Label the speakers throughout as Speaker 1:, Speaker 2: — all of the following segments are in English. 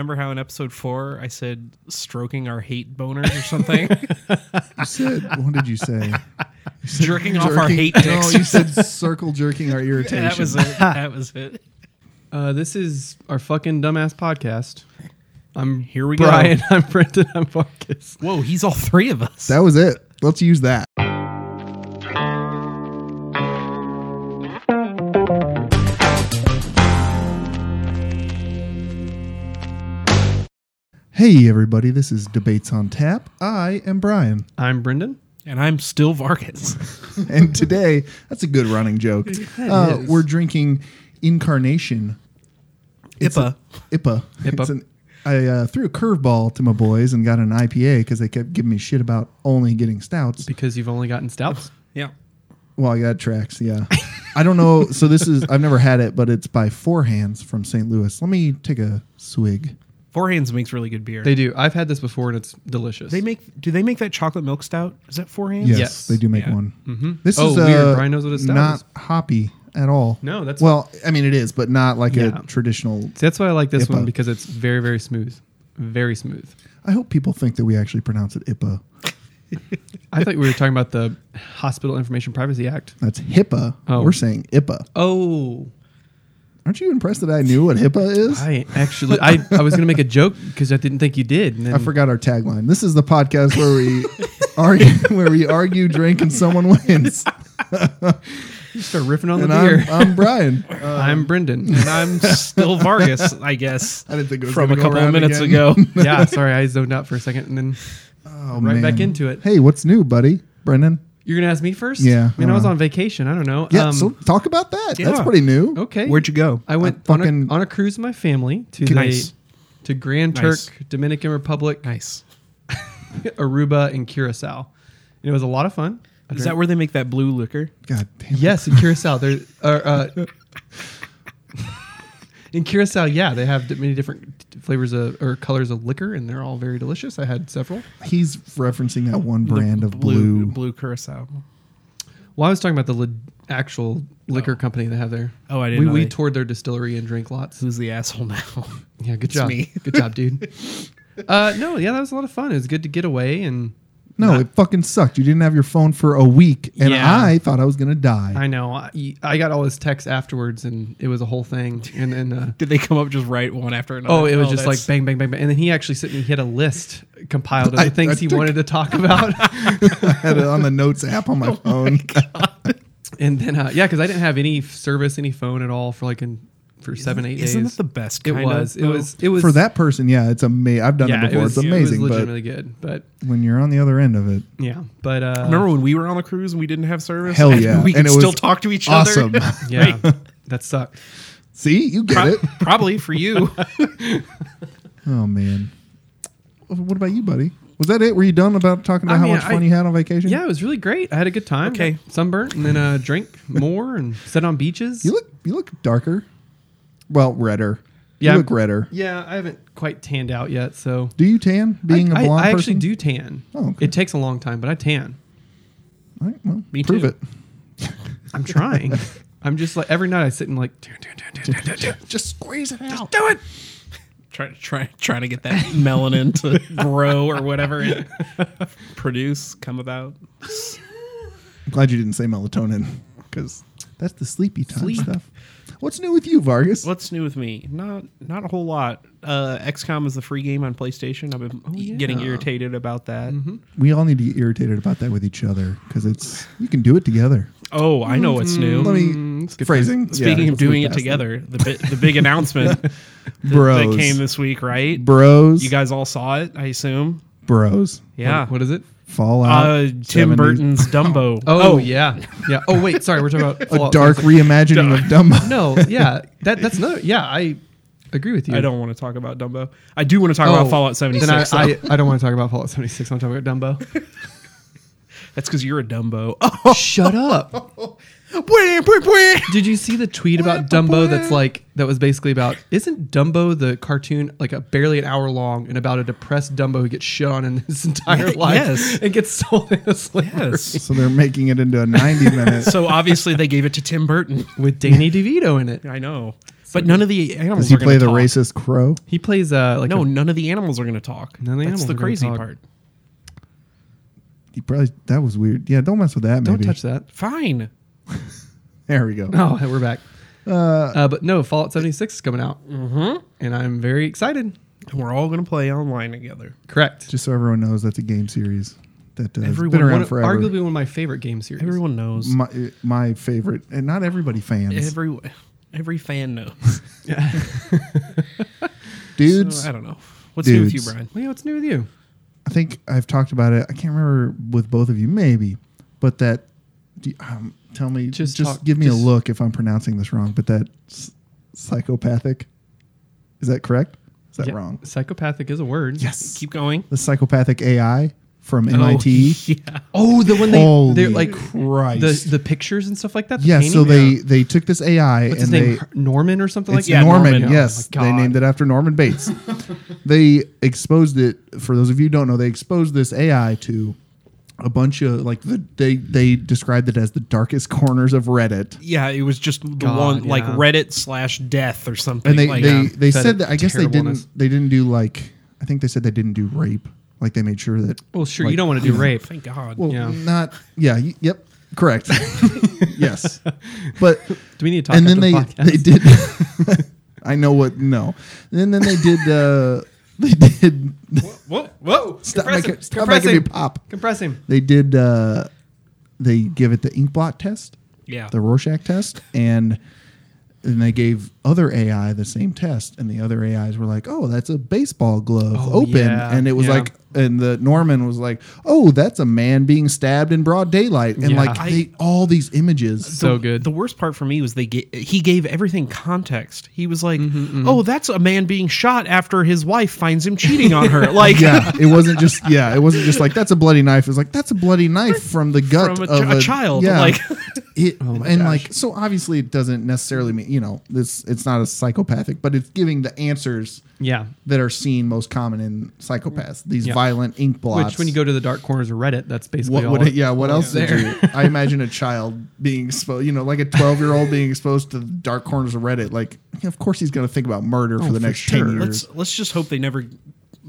Speaker 1: Remember how in episode four I said stroking our hate boners or something?
Speaker 2: You said, what did you say? You said
Speaker 1: Jerking off our hate dicks.
Speaker 2: No, you said circle jerking our irritation.
Speaker 1: that was it. That was it.
Speaker 3: Uh, this is our fucking dumbass podcast. I'm
Speaker 1: Here we
Speaker 3: Brian.
Speaker 1: go.
Speaker 3: I'm Brendan. I'm Marcus.
Speaker 1: Whoa, he's all three of us.
Speaker 2: That was it. Let's use that. Hey, everybody, this is Debates on Tap. I am Brian.
Speaker 3: I'm Brendan.
Speaker 1: and I'm still Vargas.
Speaker 2: And today, that's a good running joke. Uh, we're drinking Incarnation. It's
Speaker 1: IPA.
Speaker 2: a- IPA.
Speaker 3: IPA.
Speaker 2: It's an, I uh, threw a curveball to my boys and got an IPA because they kept giving me shit about only getting stouts.
Speaker 3: Because you've only gotten stouts.
Speaker 1: yeah.
Speaker 2: Well, I got tracks, yeah. I don't know. So this is I've never had it, but it's by Four Hands from St. Louis. Let me take a swig.
Speaker 1: Four Hands makes really good beer.
Speaker 3: They do. I've had this before and it's delicious.
Speaker 1: They make do they make that chocolate milk stout? Is that Four Hands?
Speaker 2: Yes,
Speaker 3: Yes.
Speaker 2: they do make
Speaker 1: Yeah.
Speaker 2: one. Mm-hmm. This
Speaker 3: Oh,
Speaker 2: is
Speaker 3: weird.
Speaker 2: uh,
Speaker 3: Brian knows what a stout
Speaker 2: not
Speaker 3: is.
Speaker 2: hoppy at all.
Speaker 3: No, that's-
Speaker 2: well. I mean, it is, but not like
Speaker 3: Yeah.
Speaker 2: a traditional.
Speaker 3: See, that's why I like this
Speaker 2: Ipa.
Speaker 3: one because it's very, very smooth. Very smooth.
Speaker 2: I hope people think that we actually pronounce it IPA.
Speaker 3: I thought we were talking about the Hospital Information Privacy Act.
Speaker 2: That's HIPAA.
Speaker 3: Oh.
Speaker 2: We're saying IPA.
Speaker 3: Oh,
Speaker 2: Aren't you impressed that I knew what HIPAA is?
Speaker 3: I actually, I, I was going to make a joke because I didn't think you did. And then,
Speaker 2: I forgot our tagline. This is the podcast where we argue, where we argue, drink, and someone wins.
Speaker 3: You start riffing on
Speaker 2: And
Speaker 3: the beer.
Speaker 2: I'm, I'm Brian.
Speaker 3: I'm, Brendan.
Speaker 1: And I'm still Vargas, I guess.
Speaker 2: I didn't think it was
Speaker 1: from a
Speaker 2: gonna go
Speaker 1: couple of
Speaker 2: around
Speaker 1: minutes
Speaker 2: again.
Speaker 1: ago.
Speaker 3: yeah, sorry, I zoned out for a second and then
Speaker 2: Oh,
Speaker 3: right back
Speaker 2: man.
Speaker 3: into it.
Speaker 2: Hey, what's new, buddy? Brendan?
Speaker 3: You're gonna ask me first?
Speaker 2: Yeah,
Speaker 3: I mean, I was
Speaker 2: uh-huh.
Speaker 3: on vacation. I don't know. Um,
Speaker 2: Yeah, so talk about that. That's
Speaker 1: yeah.
Speaker 2: pretty new.
Speaker 3: okay.
Speaker 1: Where'd you go?
Speaker 3: I went
Speaker 2: I
Speaker 3: on,
Speaker 2: fucking-
Speaker 3: a, on a cruise with my family to the
Speaker 1: Nice.
Speaker 3: to Grand Turk,
Speaker 1: Nice.
Speaker 3: Dominican Republic,
Speaker 1: Nice.
Speaker 3: Aruba, and Curacao. And it was a lot of fun. I
Speaker 1: Is
Speaker 3: drank-
Speaker 1: that where they make that blue liquor?
Speaker 2: God damn. it.
Speaker 3: Yes, in Curacao. There are. Uh, In Curacao, yeah, they have d- many different t- flavors of, or colors of liquor, and they're all very delicious. I had several.
Speaker 2: He's referencing that one
Speaker 1: The
Speaker 2: brand of blue.
Speaker 1: blue curacao.
Speaker 3: Well, I was talking about the li- actual liquor company they have there.
Speaker 1: Oh, I didn't
Speaker 3: We,
Speaker 1: know
Speaker 3: we
Speaker 1: they-
Speaker 3: toured their distillery and drank lots.
Speaker 1: Who's the asshole now?
Speaker 3: Yeah, good
Speaker 1: It's
Speaker 3: job.
Speaker 1: me.
Speaker 3: good job, dude. Uh, no, yeah, that was a lot of fun. It was good to get away, and
Speaker 2: No, it fucking sucked. You didn't have your phone for a week, and
Speaker 3: Yeah.
Speaker 2: I thought I was gonna die.
Speaker 3: I know I, I got all his texts afterwards, and it was a whole thing. And then, uh,
Speaker 1: Did they come up just right one after another?
Speaker 3: oh, it was just like
Speaker 1: that's-
Speaker 3: bang, bang, bang, bang. And then he actually sent me he had a list compiled of the
Speaker 2: I-
Speaker 3: things
Speaker 2: I
Speaker 3: he
Speaker 2: took-
Speaker 3: wanted to talk about.
Speaker 2: I had it on the notes app
Speaker 3: Oh
Speaker 2: on my phone.
Speaker 3: and then, uh, yeah, because I didn't have any f- service, any phone at all for like in, for seven, eight
Speaker 1: Isn't
Speaker 3: days.
Speaker 1: that the best?
Speaker 3: it
Speaker 1: kinda,
Speaker 3: was. It
Speaker 1: though?
Speaker 3: was. It was
Speaker 2: for that person, yeah, it's amazing. I've done
Speaker 3: Yeah,
Speaker 2: it before.
Speaker 3: it was,
Speaker 2: it's
Speaker 3: it was
Speaker 2: amazing,
Speaker 3: legitimately good, but
Speaker 2: but when you're on the other end of it,
Speaker 3: yeah, but uh,
Speaker 1: Remember when we were on the cruise and we didn't have service?
Speaker 2: Hell
Speaker 1: And
Speaker 2: yeah.
Speaker 1: we could
Speaker 2: And it
Speaker 1: still
Speaker 2: was
Speaker 1: talk to each
Speaker 2: awesome.
Speaker 1: other.
Speaker 3: yeah, that sucked.
Speaker 2: See, you get
Speaker 1: Pro-
Speaker 2: it.
Speaker 1: probably for you.
Speaker 2: Oh man, what about you, buddy? Was that it? Were you done about talking about
Speaker 3: I
Speaker 2: how
Speaker 3: mean,
Speaker 2: much fun
Speaker 3: I-
Speaker 2: you had on vacation?
Speaker 3: Yeah, it was really great. I had a good time.
Speaker 1: Okay.
Speaker 3: Got sunburnt and then uh, drank more and sat on beaches.
Speaker 2: You look you look darker. Well, redder. You
Speaker 3: Yeah, I'm-
Speaker 2: look redder.
Speaker 3: yeah, I haven't quite tanned out yet, so
Speaker 2: Do you tan being a
Speaker 3: I,
Speaker 2: blonde
Speaker 3: I, I
Speaker 2: person?
Speaker 3: actually do tan.
Speaker 2: Oh, okay.
Speaker 3: It takes a long time, but I tan.
Speaker 2: All right, well,
Speaker 1: Me
Speaker 2: prove
Speaker 1: too.
Speaker 2: it.
Speaker 3: I'm trying. I'm just like every night I sit and like do, do, do, do, do, do, do.
Speaker 2: Just squeeze it out.
Speaker 3: do it.
Speaker 1: trying try, trying to get that melanin to grow or whatever it produce come about.
Speaker 2: I'm glad you didn't say melatonin because that's the sleepy time
Speaker 3: Sleep.
Speaker 2: stuff. What's new with you, Vargas?
Speaker 1: What's new with me? Not not a whole lot. Uh, XCOM is the free game on PlayStation. I've been getting
Speaker 3: yeah.
Speaker 1: irritated about that.
Speaker 2: We all need to get irritated about that with each other because it's you can do it together.
Speaker 1: Oh, I know what's new.
Speaker 2: Mm-hmm. Let me
Speaker 1: Mm,
Speaker 3: good
Speaker 2: phrasing.
Speaker 1: Speaking
Speaker 2: yeah,
Speaker 1: of
Speaker 2: let's
Speaker 1: doing
Speaker 2: move
Speaker 1: it
Speaker 2: past
Speaker 1: together, the bi- the big announcement that-
Speaker 2: that. bros,
Speaker 1: that came this week, right?
Speaker 2: bros,
Speaker 1: You guys all saw it, I assume.
Speaker 2: bros,
Speaker 1: Yeah.
Speaker 3: What, what is it?
Speaker 2: Fallout,
Speaker 1: uh, Tim
Speaker 2: 70s.
Speaker 1: Burton's Dumbo.
Speaker 3: Oh, yeah, yeah. Oh wait, sorry, we're talking about
Speaker 2: a
Speaker 3: Fallout
Speaker 2: dark
Speaker 3: 76.
Speaker 2: reimagining of Dumbo.
Speaker 3: No, yeah, that that's another. Yeah, I agree with you.
Speaker 1: I don't want to talk about Dumbo. I do want to talk
Speaker 3: Oh,
Speaker 1: about Fallout 76.
Speaker 3: Then I,
Speaker 1: though.
Speaker 3: I, I don't want to talk about Fallout 76. I'm talking about Dumbo.
Speaker 1: That's because you're a Dumbo. Oh,
Speaker 3: Shut up.
Speaker 1: bwah, bwah, bwah.
Speaker 3: Did you see the tweet about Dumbo that's like that was basically about isn't Dumbo the cartoon like a barely an hour long and about a depressed Dumbo who gets shit on in his entire life
Speaker 1: yes.
Speaker 3: and gets sold in a slavery
Speaker 1: Yes.
Speaker 2: So they're making it into a 90 minute.
Speaker 1: so obviously they gave it to Tim Burton.
Speaker 3: with Danny DeVito in it.
Speaker 1: I know. But none of the animals
Speaker 2: Does he
Speaker 1: are
Speaker 2: play
Speaker 1: gonna
Speaker 2: the
Speaker 1: talk.
Speaker 2: racist crow?
Speaker 3: He plays uh like
Speaker 1: No,
Speaker 3: a-
Speaker 1: none of the animals are going to talk.
Speaker 3: None of the
Speaker 1: That's
Speaker 3: animals are
Speaker 1: the
Speaker 3: gonna
Speaker 1: crazy
Speaker 3: talk.
Speaker 1: part.
Speaker 2: He probably that was weird. Yeah, don't mess with that. Maybe.
Speaker 3: don't touch that.
Speaker 1: Fine.
Speaker 2: There we go.
Speaker 3: Oh, we're back. Uh, but no, Fallout 76 is coming out, mm-hmm. and I'm very excited.
Speaker 1: And we're all going to play online together.
Speaker 3: Correct.
Speaker 2: Just so everyone knows, that's a game series that uh, has
Speaker 1: Everyone
Speaker 2: been
Speaker 3: One
Speaker 2: around
Speaker 3: of-
Speaker 2: forever.
Speaker 3: arguably one of my favorite game series.
Speaker 1: Everyone knows.
Speaker 2: my, uh, my favorite, and not everybody fans.
Speaker 1: Every every fan knows.
Speaker 2: Dudes,
Speaker 1: So, I don't know. What's new with you,
Speaker 2: Dudes.
Speaker 1: Brian?
Speaker 3: Leo, what's new with you?
Speaker 2: I think I've talked about it. I can't remember with both of you, maybe, but that. Do you- um, tell me,
Speaker 3: Just
Speaker 2: just,
Speaker 3: talk-
Speaker 2: give me
Speaker 3: just-
Speaker 2: a look if I'm pronouncing this wrong. But that s- psychopathic, is that correct? Is that
Speaker 3: Yeah,
Speaker 2: wrong?
Speaker 3: Psychopathic is a word.
Speaker 2: Yes.
Speaker 1: Keep going.
Speaker 2: the psychopathic AI from MIT.
Speaker 1: Oh, yeah.
Speaker 3: Oh, the when they
Speaker 2: Holy
Speaker 3: they're like
Speaker 2: Christ.
Speaker 3: the the pictures and stuff like that. The
Speaker 2: yeah, so
Speaker 3: painting?
Speaker 2: they they took this AI and
Speaker 3: What's his
Speaker 2: they
Speaker 3: name? Her- Norman or something like
Speaker 2: it's
Speaker 3: that.
Speaker 2: Norman.
Speaker 1: Norman.
Speaker 2: Yes,
Speaker 3: Oh my
Speaker 2: they
Speaker 3: God.
Speaker 2: named it after Norman Bates. they exposed it. For those of you who don't know, they exposed this AI to a bunch of like the, they they described it as the darkest corners of Reddit.
Speaker 1: Yeah, it was just the
Speaker 3: God,
Speaker 1: one like
Speaker 3: yeah.
Speaker 1: Reddit slash death or something.
Speaker 2: And they
Speaker 1: like,
Speaker 2: they,
Speaker 1: Yeah.
Speaker 2: they
Speaker 3: said
Speaker 2: said
Speaker 3: it
Speaker 2: that I guess they
Speaker 3: terribleness.
Speaker 2: didn't they didn't do like I think they said they didn't do rape. Like they made sure that
Speaker 3: Well, sure,
Speaker 2: like,
Speaker 3: you don't want to do rape.
Speaker 1: thank God.
Speaker 2: Well,
Speaker 3: Yeah.
Speaker 2: not yeah. y- Yep, correct. yes, but
Speaker 3: Do we need to talk
Speaker 2: and then
Speaker 3: after
Speaker 2: they
Speaker 3: the podcast?
Speaker 2: they did. I know what. No, and then they did. Uh, they did.
Speaker 3: Whoa, whoa!
Speaker 2: Stop
Speaker 3: compress
Speaker 2: making,
Speaker 3: him!
Speaker 2: stop
Speaker 3: compress
Speaker 2: making me
Speaker 3: him!
Speaker 2: pop.
Speaker 3: Compress him!
Speaker 2: They did. Uh, they give it the ink blot test,
Speaker 1: yeah.
Speaker 2: the Rorschach test, and and they gave other AI the same test, and the other AIs were like, "Oh, that's a baseball glove
Speaker 3: Oh,
Speaker 2: open,"
Speaker 3: yeah,
Speaker 2: and it was
Speaker 3: yeah.
Speaker 2: like, and the Norman was like, "Oh, that's a man being stabbed in broad daylight," and
Speaker 3: Yeah.
Speaker 2: like they, all these images.
Speaker 3: So
Speaker 1: the,
Speaker 3: good.
Speaker 1: The worst part for me was they ga- he gave everything context. He was like,
Speaker 2: Mm-hmm,
Speaker 1: "Oh, that's a man being shot after his wife finds him cheating on her." Like
Speaker 2: yeah, it wasn't just yeah, it wasn't just like that's a bloody knife. It was like that's a bloody knife from the gut
Speaker 1: From a
Speaker 2: of
Speaker 1: chi- a child, like-
Speaker 2: it, and like so obviously it doesn't necessarily mean you know this. It's not a psychopathic, but it's giving the answers
Speaker 3: Yeah.
Speaker 2: that are seen most common in psychopaths. These
Speaker 3: Yeah.
Speaker 2: violent ink blots.
Speaker 3: Which, when you go to the dark corners of Reddit, that's basically
Speaker 2: What
Speaker 3: all.
Speaker 2: would it, yeah? What
Speaker 3: all
Speaker 2: else?
Speaker 3: is
Speaker 2: Did you, I imagine a child being exposed, you know, like a twelve-year-old being exposed to the dark corners of Reddit. Like, of course, he's going to think about murder for the
Speaker 3: for
Speaker 2: next
Speaker 3: sure.
Speaker 2: ten years.
Speaker 1: let's let's just hope they never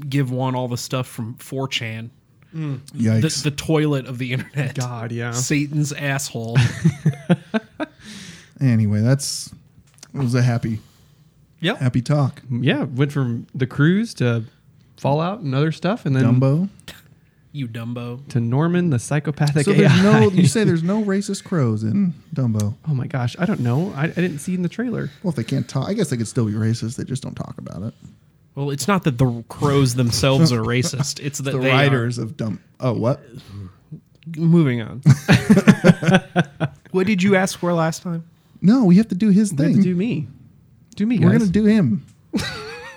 Speaker 1: give one all the stuff from 4chan, the,
Speaker 2: Yikes!
Speaker 1: the toilet of the internet.
Speaker 3: God, yeah.
Speaker 1: Satan's asshole.
Speaker 2: anyway, that's it was a happy,
Speaker 1: yep.
Speaker 2: happy talk.
Speaker 3: Yeah, went from the cruise to Fallout and other stuff, and then
Speaker 2: Dumbo.
Speaker 1: You Dumbo.
Speaker 3: to Norman, the psychopathic
Speaker 2: So
Speaker 3: AI.
Speaker 2: there's no. You say there's no racist crows in Dumbo.
Speaker 3: oh my gosh, I don't know. I, I didn't see in the trailer.
Speaker 2: Well, if they can't talk, I guess they could still be racist. They just don't talk about it.
Speaker 1: Well, it's not that the crows themselves are racist. It's that
Speaker 2: The
Speaker 1: they
Speaker 2: writers of Dumb. Oh, what?
Speaker 1: Are. Moving on. what did you ask for last time?
Speaker 2: No, we have to do his
Speaker 3: You have to
Speaker 2: thing.
Speaker 3: do me. Do me, guys.
Speaker 2: We're gonna do him.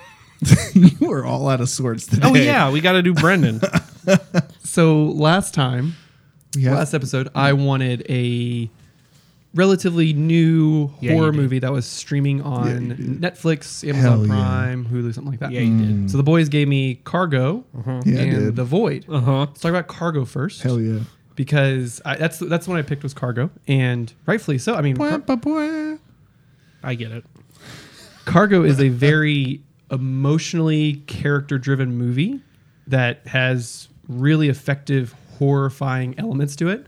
Speaker 2: you are all out of sorts today.
Speaker 1: Oh yeah, we got to do Brendan.
Speaker 3: so last time,
Speaker 2: Yeah.
Speaker 3: last episode, I wanted a relatively new
Speaker 1: Yeah,
Speaker 3: horror
Speaker 1: you did.
Speaker 3: movie that was streaming on
Speaker 2: you did.
Speaker 3: Netflix,
Speaker 2: Hell
Speaker 3: Amazon
Speaker 2: yeah.
Speaker 3: Prime, Hulu, something like that.
Speaker 1: Yeah, you did.
Speaker 3: So the boys gave me Cargo
Speaker 2: Uh-huh. Yeah, I
Speaker 3: and
Speaker 2: did.
Speaker 3: The Void.
Speaker 1: Uh huh.
Speaker 3: Let's talk about Cargo first.
Speaker 2: Hell yeah.
Speaker 3: Because I, that's that's the one I picked was Cargo, and rightfully so. I mean, Car-
Speaker 1: I get it.
Speaker 3: Cargo is a very emotionally character driven movie that has really effective, horrifying elements to it.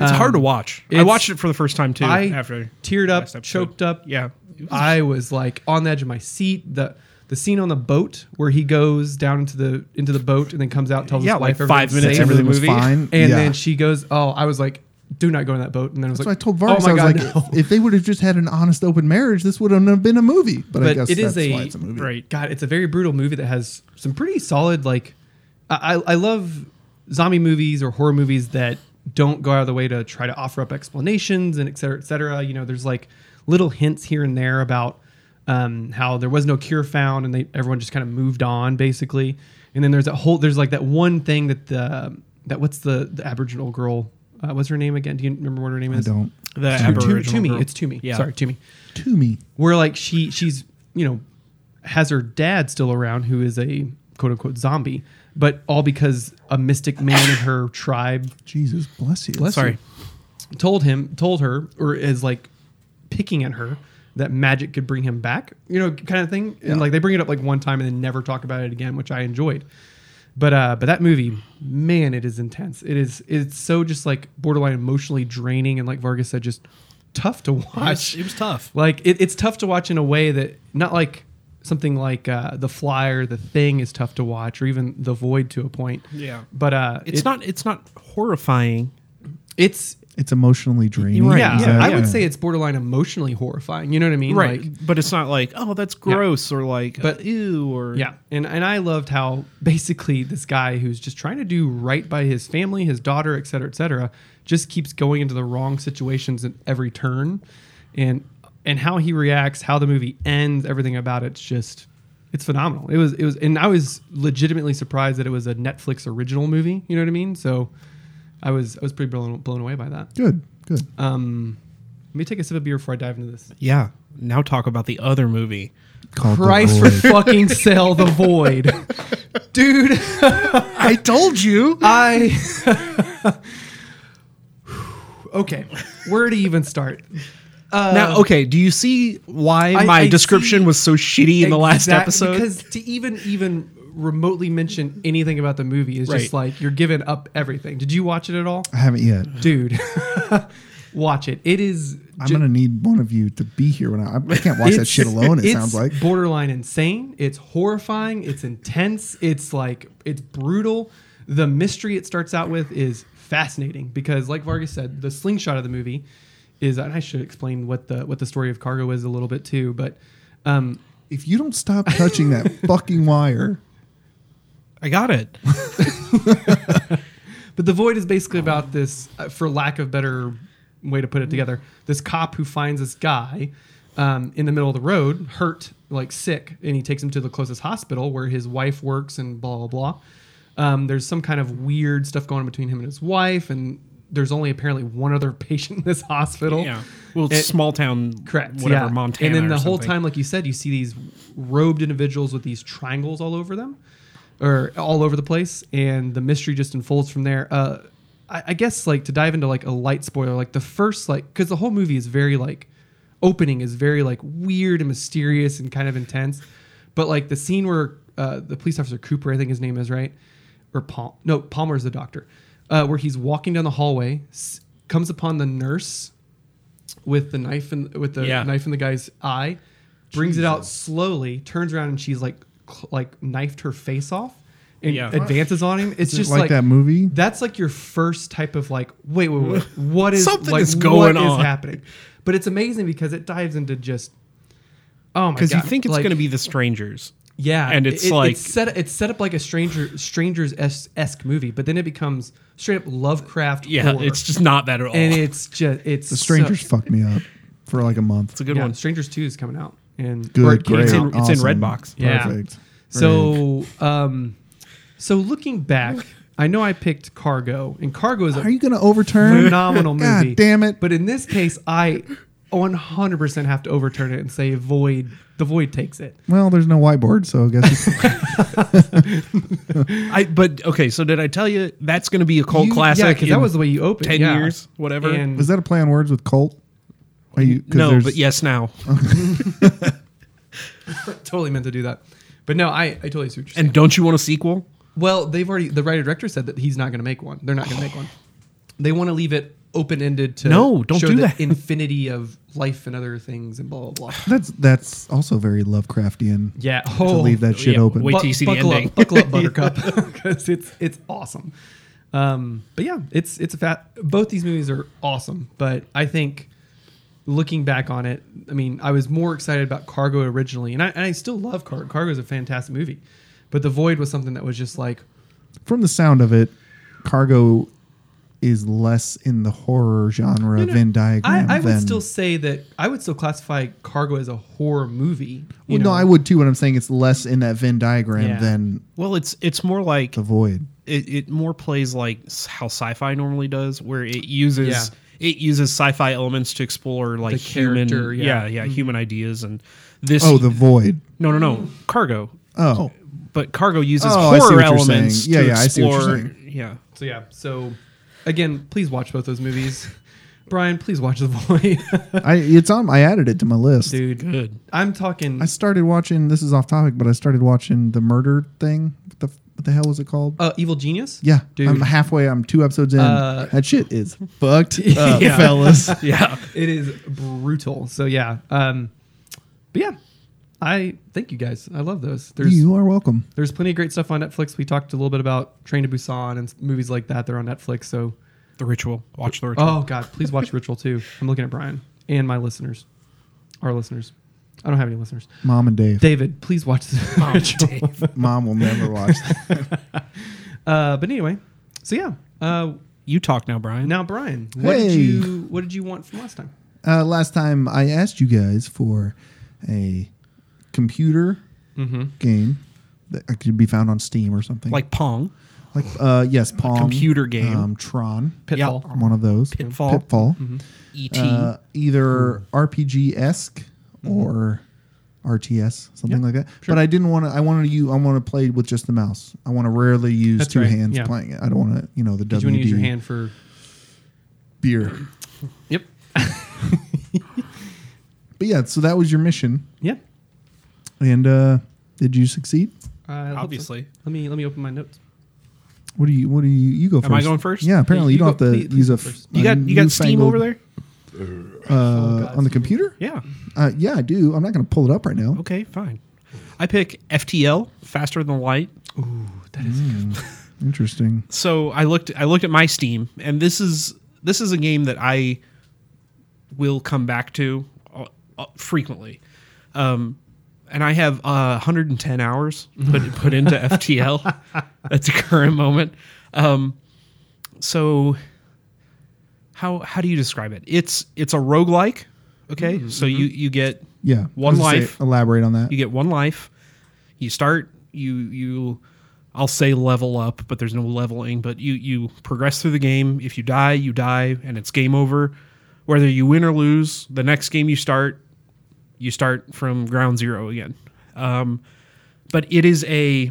Speaker 1: It's hard to watch. I
Speaker 3: Um, it's-
Speaker 1: watched it for the first time too.
Speaker 3: I
Speaker 1: after
Speaker 3: teared up,
Speaker 1: last episode.
Speaker 3: choked up.
Speaker 1: Yeah.
Speaker 3: I was like on the edge of my seat. The the scene on the boat where he goes down into the into the boat and then comes out, tells
Speaker 1: Yeah,
Speaker 3: his
Speaker 1: like
Speaker 3: wife
Speaker 1: five
Speaker 3: everything's
Speaker 1: minutes
Speaker 3: safe.
Speaker 1: into the
Speaker 2: Everything was
Speaker 1: movie.
Speaker 2: fine.
Speaker 3: And
Speaker 2: Yeah.
Speaker 3: then she goes, "Oh, I was like, do not go in that boat." And then I was
Speaker 2: So I
Speaker 3: like,
Speaker 2: told Vargas,
Speaker 3: "Oh my
Speaker 2: I
Speaker 3: god,
Speaker 2: was like,
Speaker 3: no.
Speaker 2: if, if they would have just had an honest open marriage, this would have been a movie. But, I
Speaker 3: But
Speaker 2: guess
Speaker 3: it is
Speaker 2: that's
Speaker 3: a-
Speaker 2: why it's a movie.
Speaker 1: Right.
Speaker 3: God, it's a very brutal movie that has some pretty solid like I, I I love zombie movies or horror movies that don't go out of the way to try to offer up explanations and et cetera, et cetera. You know, there's like little hints here and there about um, how there was no cure found and they everyone just kind of moved on basically. And then there's that whole there's like that one thing that the that what's the the Aboriginal girl uh, what's her name again? Do you remember what her name
Speaker 2: I
Speaker 3: is?
Speaker 2: don't.
Speaker 1: The
Speaker 3: To,
Speaker 1: Aboriginal
Speaker 3: me,
Speaker 1: girl.
Speaker 3: it's to me.
Speaker 1: Yeah.
Speaker 3: Sorry, to me
Speaker 2: To me.
Speaker 3: where like she she's you know has her dad still around who is a quote unquote zombie but all because a mystic man in her tribe
Speaker 2: Jesus bless you.
Speaker 3: Bless
Speaker 1: Sorry.
Speaker 3: told him told her or is like picking at her that magic could bring him back, you know, kind of thing. And like they bring it up like one time and then never talk about it again, which I enjoyed. But uh, but that movie, man, it is intense. It is it's so just like borderline emotionally draining and like Vargas said, just tough to
Speaker 4: It was,
Speaker 3: watch.
Speaker 4: it was tough.
Speaker 3: Like it, it's tough to watch in a way that not like something like uh, The Fly or The Thing is tough to watch, or even The Void to a point.
Speaker 4: Yeah.
Speaker 3: But uh,
Speaker 1: It's
Speaker 3: it-
Speaker 1: not. It's not horrifying.
Speaker 3: It's
Speaker 2: It's emotionally draining.
Speaker 1: You're right.
Speaker 3: yeah,
Speaker 2: Is that-
Speaker 3: I would say it's borderline emotionally horrifying. You know what I mean?
Speaker 1: Right,
Speaker 3: Like,
Speaker 1: but it's not like oh that's gross or like
Speaker 3: But-
Speaker 1: but ew or
Speaker 3: yeah. And and I loved how basically this guy who's just trying to do right by his family, his daughter, et cetera, et cetera, just keeps going into the wrong situations at every turn. And and how he reacts, how the movie ends, everything about it's just it's phenomenal. It was it was and I was legitimately surprised that it was a Netflix original movie, you know what I mean? So I was I was pretty blown blown away by that.
Speaker 2: Good. Good.
Speaker 1: Uh,
Speaker 3: Um let me take a sip of beer before I dive into this.
Speaker 1: yeah. Now talk about the other movie.
Speaker 2: Called The
Speaker 3: Price for
Speaker 2: Void.
Speaker 3: fucking sell the void. Dude,
Speaker 2: I told you.
Speaker 3: I. okay, where to even start?
Speaker 1: now okay, do you see why
Speaker 3: Uh, I-
Speaker 1: my
Speaker 3: I
Speaker 1: description
Speaker 3: see
Speaker 1: was so shitty in the last
Speaker 3: Exact-
Speaker 1: episode?
Speaker 3: Because to even even remotely mention anything about the movie is just
Speaker 1: Right.
Speaker 3: like you're giving up everything. Did you watch it at all?
Speaker 2: I haven't yet.
Speaker 3: Dude, watch it. It is
Speaker 2: I'm
Speaker 3: ju-
Speaker 2: gonna need one of you to be here when I, I can't watch that
Speaker 3: It's-
Speaker 2: shit alone. It
Speaker 3: it's
Speaker 2: sounds like
Speaker 3: borderline insane. It's horrifying. It's intense. It's like it's brutal. The mystery it starts out with is fascinating because, like Vargas said, the slingshot of the movie is, and I should explain what the what the story of Cargo is a little bit too, but. Um,
Speaker 2: if you don't stop touching that fucking wire,
Speaker 1: I got it.
Speaker 3: But the void is basically about this, uh, for lack of better way to put it together, this cop who finds this guy um, in the middle of the road, hurt, like sick, and he takes him to the closest hospital where his wife works and blah blah blah. Um, there's some kind of weird stuff going on between him and his wife, and there's only apparently one other patient in this hospital.
Speaker 1: Yeah. Well,
Speaker 3: It-
Speaker 1: it's small town,
Speaker 3: Correct.
Speaker 1: Whatever,
Speaker 3: yeah.
Speaker 1: Montana.
Speaker 3: And then the
Speaker 1: or
Speaker 3: whole
Speaker 1: something.
Speaker 3: time, like you said, you see these robed individuals with these triangles all over them, or all over the place, and the mystery just unfolds from there. Uh, I, I guess like to dive into like a light spoiler, like the first like because the whole movie is very like opening is very like weird and mysterious and kind of intense, but like the scene where uh, the police officer Cooper, I think his name is right, or Palm, no Palmer's the doctor, uh, where he's walking down the hallway, s- comes upon the nurse with the knife and with the
Speaker 1: Yeah.
Speaker 3: knife in the guy's eye, brings it out slowly, turns around and she's like cl- like knifed her face off and
Speaker 1: Yeah.
Speaker 3: advances on him. It's
Speaker 2: is
Speaker 3: just
Speaker 2: it like, that movie?
Speaker 3: That's like your first type of like, wait, wait, wait, what is
Speaker 1: Something
Speaker 3: like,
Speaker 1: is going
Speaker 3: what
Speaker 1: on.
Speaker 3: is happening? But it's amazing because it dives into just oh my god,
Speaker 1: because you think it's
Speaker 3: like-
Speaker 1: going to be the strangers.
Speaker 3: yeah,
Speaker 1: And
Speaker 3: it-
Speaker 1: it's
Speaker 3: it-
Speaker 1: like-
Speaker 3: it's set, it's set up like a stranger strangers esque movie, but then it becomes straight up Lovecraft.
Speaker 1: Yeah,
Speaker 3: horror.
Speaker 1: it's just not that at all.
Speaker 3: and it's just it's
Speaker 2: The strangers fucked me up for like a month.
Speaker 1: it's a good
Speaker 3: yeah,
Speaker 1: one.
Speaker 3: Strangers Two is coming out, and or
Speaker 2: Good,
Speaker 3: it came
Speaker 2: great,
Speaker 1: It's
Speaker 3: out.
Speaker 1: in- it's in
Speaker 2: awesome,
Speaker 1: Redbox.
Speaker 3: Yeah.
Speaker 2: Perfect.
Speaker 3: So, um, so looking back, I know I picked Cargo, and Cargo is a
Speaker 2: Are you gonna overturn?
Speaker 3: phenomenal
Speaker 2: God
Speaker 3: movie.
Speaker 2: damn it.
Speaker 3: But in this case, I 100% have to overturn it and say Void. The Void takes it.
Speaker 2: Well, there's no whiteboard, so I guess it's,
Speaker 1: I but okay. So did I tell you that's going to be a cult
Speaker 3: You-
Speaker 1: classic?
Speaker 3: Yeah, because that
Speaker 1: in
Speaker 3: was the way you opened.
Speaker 1: ten
Speaker 3: yeah.
Speaker 1: years, whatever.
Speaker 3: And
Speaker 2: is that a play on words with Colt? Are you? 'cause
Speaker 1: no,
Speaker 2: there's-
Speaker 1: but yes, now
Speaker 3: totally meant to do that. But no, I, I totally see what you're saying.
Speaker 1: and don't you want a sequel?
Speaker 3: Well, they've already the writer director said that he's not going to make one. They're not going to make one. They want to leave it open ended to
Speaker 1: No, don't
Speaker 3: show
Speaker 1: do
Speaker 3: the
Speaker 1: that.
Speaker 3: infinity of life and other things and blah blah blah.
Speaker 2: That's that's also very Lovecraftian.
Speaker 3: Yeah,
Speaker 2: To leave that shit
Speaker 1: yeah,
Speaker 2: open.
Speaker 1: Oh. wait- till you see the
Speaker 3: buckle
Speaker 1: ending.
Speaker 3: Up, buckle up, Buttercup, because it's it's awesome. Um, but yeah, it's it's a fat. Both these movies are awesome, but I think looking back on it, I mean, I was more excited about Cargo originally, and I, and I still love Cargo. Cargo is a fantastic movie, but The Void was something that was just like
Speaker 2: From the sound of it, cargo is less in the horror genre
Speaker 3: No, no.
Speaker 2: Venn diagram.
Speaker 3: I, I
Speaker 2: than,
Speaker 3: would still say that I would still classify Cargo as a horror movie. you
Speaker 2: Well, no,
Speaker 3: know.
Speaker 2: I would too. But I'm saying it's less in that Venn diagram
Speaker 3: Yeah.
Speaker 2: than
Speaker 1: Well, it's it's more like
Speaker 2: the void.
Speaker 1: it, it more plays like s- how sci-fi normally does, where it uses
Speaker 3: Yeah.
Speaker 1: it uses sci-fi elements to explore like human,
Speaker 3: character, yeah.
Speaker 1: yeah, yeah, human ideas and this.
Speaker 2: Mm-hmm. Oh, the void.
Speaker 1: no, no, no, cargo.
Speaker 2: Oh,
Speaker 1: But cargo uses
Speaker 2: Oh, I see
Speaker 1: horror
Speaker 2: what you're
Speaker 1: elements.
Speaker 2: saying. Yeah,
Speaker 1: to
Speaker 2: yeah, I see what
Speaker 1: explore,
Speaker 2: you're
Speaker 1: Yeah,
Speaker 3: So yeah. So again, please watch both those movies. Brian, please watch The Void.
Speaker 2: I it's on. I added it to my list.
Speaker 3: Dude,
Speaker 1: Good.
Speaker 3: I'm talking.
Speaker 2: I started watching. This is off topic, but I started watching the murder thing. What the what the hell was it called?
Speaker 3: Uh, Evil Genius?
Speaker 2: yeah,
Speaker 3: dude.
Speaker 2: I'm halfway. I'm two episodes in.
Speaker 3: Uh,
Speaker 2: that shit is fucked up,
Speaker 3: Yeah.
Speaker 2: fellas.
Speaker 1: Yeah.
Speaker 3: It is brutal. So, yeah. Um, but yeah, I thank you guys. I love those. There's
Speaker 2: you are welcome.
Speaker 3: there's plenty of great stuff on Netflix. We talked a little bit about Train to Busan and s- movies like that. They're on Netflix. So,
Speaker 1: The ritual. Watch the ritual.
Speaker 3: oh god, please watch Ritual too. I'm looking at Brian and my listeners, our listeners. I don't have any listeners.
Speaker 2: Mom and Dave.
Speaker 3: David, please watch this.
Speaker 1: Oh,
Speaker 3: Ritual.
Speaker 2: Mom will never watch.
Speaker 3: Uh, but anyway, so yeah. Uh,
Speaker 1: You talk now, Brian.
Speaker 3: now, Brian, what did
Speaker 2: Hey.
Speaker 3: you what did you want from last time?
Speaker 2: Uh, last time I asked you guys for a computer
Speaker 1: Mm-hmm.
Speaker 2: game that could be found on Steam or something.
Speaker 1: Like Pong.
Speaker 2: like uh, yes, Pong.
Speaker 1: computer game.
Speaker 2: Um, Tron.
Speaker 3: Pitfall.
Speaker 2: one of those.
Speaker 1: Pitfall.
Speaker 2: Pitfall.
Speaker 3: Mm-hmm.
Speaker 1: E.T.
Speaker 2: Uh, either RPG esque
Speaker 3: Mm-hmm.
Speaker 2: or RTS, something like that. But I didn't want to. I wanted you. I want to play with just the mouse. I want to rarely use
Speaker 3: That's
Speaker 2: two
Speaker 3: right,
Speaker 2: hands
Speaker 3: yeah.
Speaker 2: playing it. I don't want to. You know the
Speaker 3: Did you want to use your
Speaker 2: WD
Speaker 3: hand for?
Speaker 2: beer.
Speaker 3: Yep.
Speaker 2: But yeah, so that was your mission.
Speaker 3: Yep.
Speaker 2: And uh, did you succeed?
Speaker 3: Uh, I hope so.
Speaker 1: Obviously.
Speaker 3: Let me let me open my notes.
Speaker 2: What do you? What do you? You go first.
Speaker 1: Am I going first?
Speaker 2: Yeah. Apparently, you,
Speaker 3: You
Speaker 2: don't
Speaker 3: go-
Speaker 2: have to
Speaker 3: please-
Speaker 2: use a.
Speaker 3: please
Speaker 2: f-
Speaker 3: first.
Speaker 1: you
Speaker 2: a
Speaker 1: got you got Steam
Speaker 2: newfangled,
Speaker 1: over there?
Speaker 2: uh,
Speaker 3: God,
Speaker 2: on the computer.
Speaker 1: Yeah.
Speaker 2: Uh, yeah, I do. I'm not going to pull it up right now.
Speaker 1: Okay, fine. I pick FTL, Faster Than Light.
Speaker 3: That is
Speaker 2: Interesting.
Speaker 1: So I looked I looked at my Steam and this is this is a game that I will come back to uh, uh, frequently. Um and I have uh, 110 hours put put into FTL at the current moment. Um, so how how do you describe it? It's it's a roguelike, okay? So you you get
Speaker 2: Yeah.
Speaker 1: One
Speaker 2: I was gonna
Speaker 1: life.
Speaker 2: elaborate on that.
Speaker 1: you get one life. You start. You you. I'll say level up, but there's no leveling. But you you progress through the game. If you die, you die, and it's game over. Whether you win or lose, the next game you start, you start from ground zero again. Um, but it is a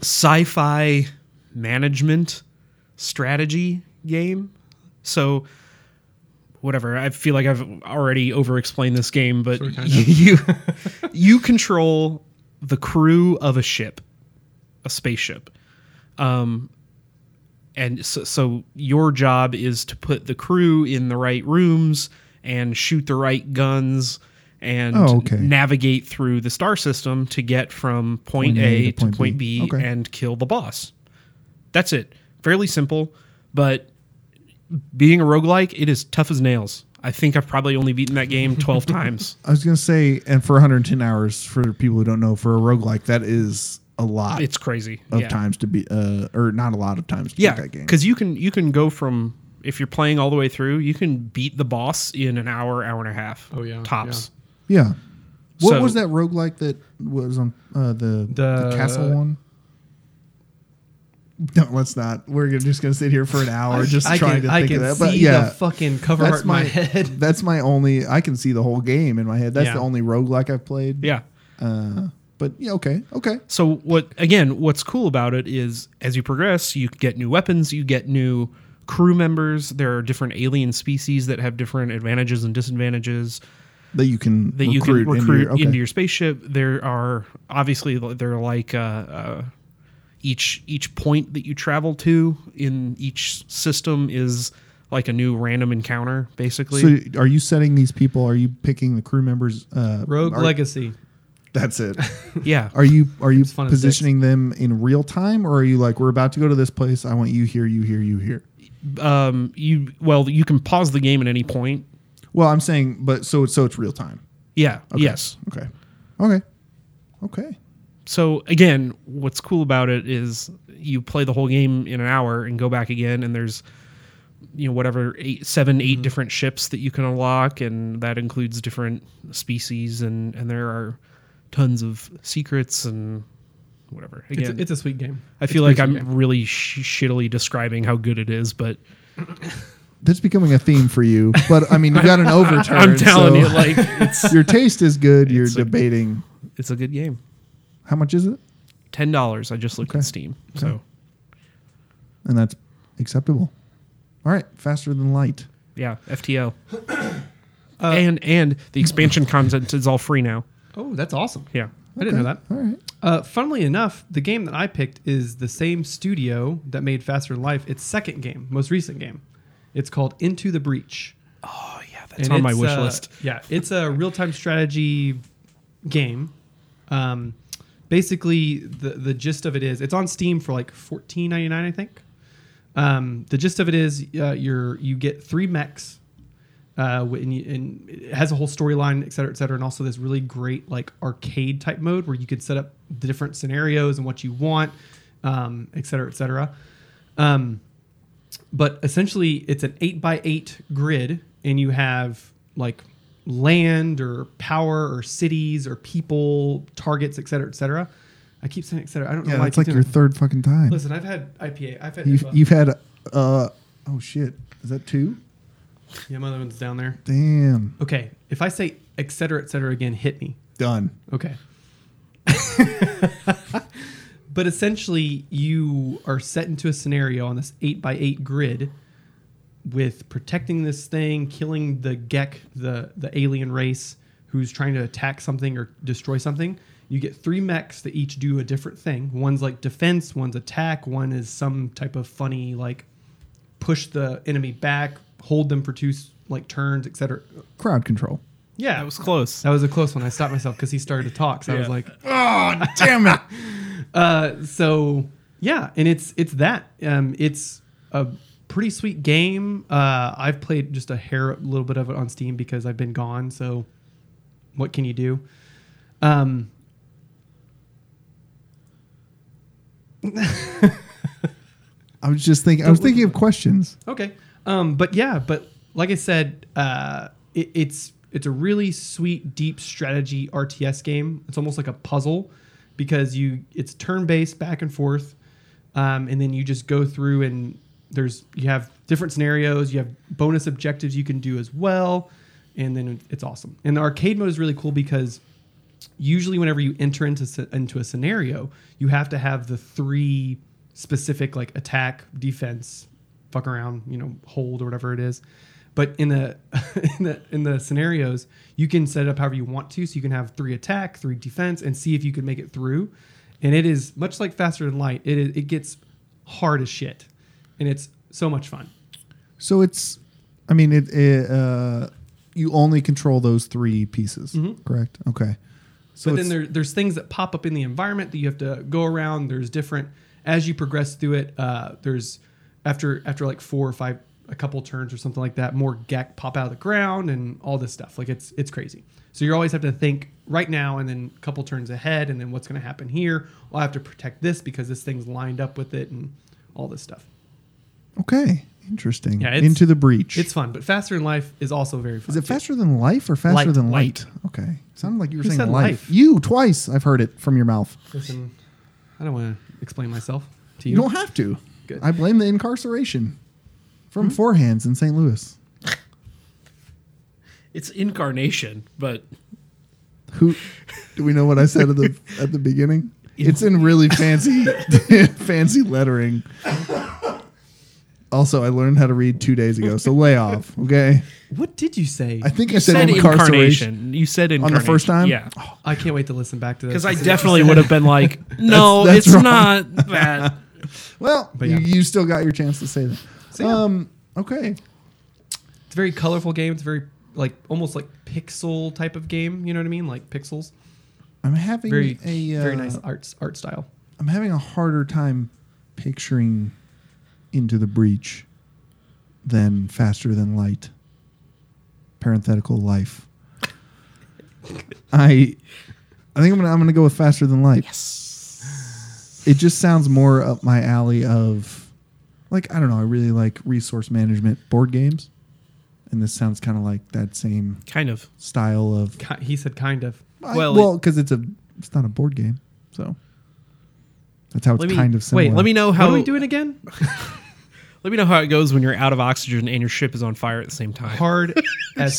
Speaker 1: sci-fi management strategy game. So whatever. I feel like I've already over-explained this game, but you you control the crew of a ship, a spaceship. Um and so, so your job is to put the crew in the right rooms and shoot the right guns and
Speaker 2: Oh, okay.
Speaker 1: navigate through the star system to get from point, A, to point, B,
Speaker 2: Okay.
Speaker 1: and kill the boss. That's it. Fairly simple, but being a roguelike, it is tough as nails. I think I've probably only beaten that game 12 times.
Speaker 2: I was gonna say, and for 110 hours, for people who don't know, for a roguelike, that is a lot
Speaker 1: It's crazy.
Speaker 2: of
Speaker 1: yeah.
Speaker 2: times to be, uh, or not a lot of times to beat
Speaker 1: Yeah,
Speaker 2: that game.
Speaker 1: cuz you can you can go from if you're playing all the way through, you can beat the boss in an hour, hour and a half.
Speaker 3: Oh, yeah,
Speaker 1: Tops.
Speaker 2: yeah. What
Speaker 1: So-
Speaker 2: was that roguelike that was on uh, the, the
Speaker 3: The-
Speaker 2: castle one? No, let's not. We're gonna, just gonna sit here for an hour just
Speaker 3: I
Speaker 2: trying
Speaker 3: can,
Speaker 2: to
Speaker 3: I
Speaker 2: think
Speaker 3: can
Speaker 2: of that. But
Speaker 3: see
Speaker 2: yeah,
Speaker 3: the fucking cover art in my head.
Speaker 2: That's my only. I can see the whole game in my head. That's
Speaker 1: Yeah.
Speaker 2: the only roguelike I've played.
Speaker 1: Yeah.
Speaker 2: Uh, but yeah, okay, okay.
Speaker 1: So what again, what's cool about it is as you progress, you get new weapons, you get new crew members, there are different alien species that have different advantages and disadvantages.
Speaker 2: That you can
Speaker 1: that you
Speaker 2: recruit
Speaker 1: can recruit
Speaker 2: into your, okay.
Speaker 1: spaceship. There are obviously they're like uh, uh, each each point that you travel to in each system is like a new random encounter, basically.
Speaker 2: So, are you setting these people? Are you picking the crew members? Uh,
Speaker 3: Rogue
Speaker 2: are-
Speaker 3: Legacy.
Speaker 2: That's it.
Speaker 1: yeah,
Speaker 2: Are you are you
Speaker 3: fun as
Speaker 2: positioning them in real time, or are you like we're about to go to this place? I want you here, you here, you here.
Speaker 1: um, you well you can pause the game at any point.
Speaker 2: Well, I'm saying, but so so it's real time.
Speaker 1: Yeah. Yes.
Speaker 2: Okay. Okay. Okay.
Speaker 1: So again, what's cool about it is you play the whole game in an hour and go back again, and there's you know whatever eight, seven, eight different ships that you can unlock, and that includes different species, and and there are tons of secrets and whatever.
Speaker 3: It's,
Speaker 1: Again,
Speaker 3: a, it's a sweet game.
Speaker 1: I feel like I'm really sh- shittily describing how good it is, but
Speaker 2: That's becoming a theme for you. But I mean, you got an overturn.
Speaker 1: I'm telling
Speaker 2: so
Speaker 1: you, like it's
Speaker 2: your taste is good. You're
Speaker 1: It's a-
Speaker 2: debating
Speaker 1: it's a good game.
Speaker 2: how much is it,
Speaker 1: Ten dollars. I just looked
Speaker 2: Okay.
Speaker 1: at Steam. So
Speaker 2: and that's acceptable. All right, faster than light.
Speaker 1: yeah, FTL.
Speaker 2: Uh,
Speaker 1: and and the expansion content is all free now.
Speaker 3: Oh, that's awesome.
Speaker 1: Yeah.
Speaker 3: I didn't know that.
Speaker 2: All right.
Speaker 3: Uh, funnily enough, the game that I picked is the same studio that made Faster Than Life. Its second game, most recent game. It's called Into the Breach.
Speaker 1: Oh yeah, that's
Speaker 3: And
Speaker 1: on my
Speaker 3: it's,
Speaker 1: wish
Speaker 3: uh,
Speaker 1: list.
Speaker 3: Yeah, it's a real-time strategy game. Um, basically, the the gist of it is it's on Steam for like fourteen ninety nine, I think. Um, the gist of it is uh, you're you get three mechs, uh, wh- and, you, and it has a whole storyline, et cetera, et cetera, and also this really great like arcade type mode where you could set up the different scenarios and what you want, um, et cetera, et cetera. Um, but essentially it's an 8 by 8 grid and you have like land or power or cities or people targets et cetera et cetera i keep saying et cetera i don't know
Speaker 2: Yeah,
Speaker 3: why I
Speaker 2: that's
Speaker 3: keep
Speaker 2: like
Speaker 3: doing
Speaker 2: your
Speaker 3: that.
Speaker 2: third fucking time.
Speaker 3: listen i've had ipa i've had
Speaker 2: You've,
Speaker 3: IPA.
Speaker 2: you've had, uh, oh shit, is that two?
Speaker 3: yeah my other one's down there
Speaker 2: Damn,
Speaker 3: okay if i say et cetera et cetera again hit me
Speaker 2: done.
Speaker 3: Okay. but essentially, you are set into a scenario on this eight by eight grid with protecting this thing, killing the Gek, the, the alien race who's trying to attack something or destroy something. You get three mechs that each do a different thing. One's like defense, one's attack, one is some type of funny, like push the enemy back, hold them for two s- like turns, etc.
Speaker 2: Crowd control.
Speaker 3: Yeah,
Speaker 1: That was close.
Speaker 3: that was a close one. I stopped myself because he started to talk. So I was
Speaker 1: Yeah.
Speaker 3: like,
Speaker 2: Oh damn it!
Speaker 3: uh, so yeah, and it's it's that. Um, it's a pretty sweet game. Uh, I've played just a hair a little bit of it on Steam because I've been gone. So what can you do? Um,
Speaker 2: I was just thinking. I was thinking of questions.
Speaker 3: Okay. Um, but yeah, but like I said, uh, it, it's it's a really sweet, deep strategy RTS game. It's almost like a puzzle because you it's turn based, back and forth, um, and then you just go through and there's you have different scenarios, you have bonus objectives you can do as well, and then it's awesome. And the arcade mode is really cool because usually whenever you enter into sce- into a scenario, you have to have the three specific like attack, defense, fuck around, you know, hold or whatever it is. But in the in the in the scenarios, you can set it up however you want to. So you can have three attack, three defense, and see if you can make it through. And it is much like Faster Than Light. It is- it gets hard as shit, and it's so much fun.
Speaker 2: So it's, I mean, it. it uh, you only control those three pieces, correct? Okay. So
Speaker 3: Mm-hmm. but
Speaker 2: it's-
Speaker 3: then there, there's things that pop up in the environment that you have to go around. There's different as you progress through it. Uh, there's after after like four or five, a couple turns or something like that, more Gek pop out of the ground and all this stuff. Like it's it's crazy. So you always have to think right now and then a couple turns ahead and then what's going to happen here. Well, I have to protect this because this thing's lined up with it and all this stuff.
Speaker 2: okay, interesting.
Speaker 3: Yeah, it's-
Speaker 2: Into the breach.
Speaker 3: It's fun, but faster in life is also very fun.
Speaker 2: Is it
Speaker 3: too.
Speaker 2: faster than life or faster
Speaker 3: Light,
Speaker 2: than
Speaker 1: light.
Speaker 2: light? Okay. Sounded like you were
Speaker 3: Who
Speaker 2: saying
Speaker 3: said
Speaker 2: life.
Speaker 3: life?
Speaker 2: You twice. I've heard it from your mouth.
Speaker 3: Listen, I don't want to explain myself to
Speaker 2: You don't have to.
Speaker 3: Good. Mm-hmm.
Speaker 2: I blame the incarceration from forehands in St. Louis.
Speaker 1: It's incarnation, but
Speaker 2: Who do we know what I said at the at the beginning? It's in really fancy fancy lettering. Also, I learned how to read two days ago, so lay off, okay?
Speaker 3: What did you say?
Speaker 2: I think I said,
Speaker 1: said
Speaker 2: incarceration.
Speaker 1: incarnation. You said
Speaker 2: the
Speaker 1: incarnation
Speaker 2: first time? Oh,
Speaker 1: Yeah.
Speaker 3: I can't wait to listen back to this.
Speaker 1: Because I definitely would have been like, no,
Speaker 2: that's
Speaker 1: it's
Speaker 2: wrong."
Speaker 1: not that.
Speaker 2: Well,
Speaker 3: yeah.
Speaker 2: you, you still got your chance to say that.
Speaker 3: So, yeah.
Speaker 2: Um, okay.
Speaker 3: It's a very colorful game. It's very like almost like pixel type of game. You know what I mean? Like pixels.
Speaker 2: I'm having
Speaker 3: Very
Speaker 2: a uh,
Speaker 3: very nice arts art style.
Speaker 2: I'm having a harder time picturing into the breach than faster than light. Parenthetical life. I I think I'm gonna I'm gonna go with faster than light. It just sounds more up my alley of like I don't know, I really like resource management board games. And this sounds kind of like that same
Speaker 1: Kind of.
Speaker 2: style of
Speaker 3: Ki- He said kind of.
Speaker 2: I-
Speaker 1: Well,
Speaker 2: well,
Speaker 1: it-
Speaker 2: because it's a it's not a board game, so that's how it's
Speaker 1: Let me-
Speaker 2: kind of similar.
Speaker 3: wait,
Speaker 1: Let me know how
Speaker 3: How do we do it again?
Speaker 1: Let me know how it goes when you're out of oxygen and your ship is on fire at the same time.
Speaker 3: Hard as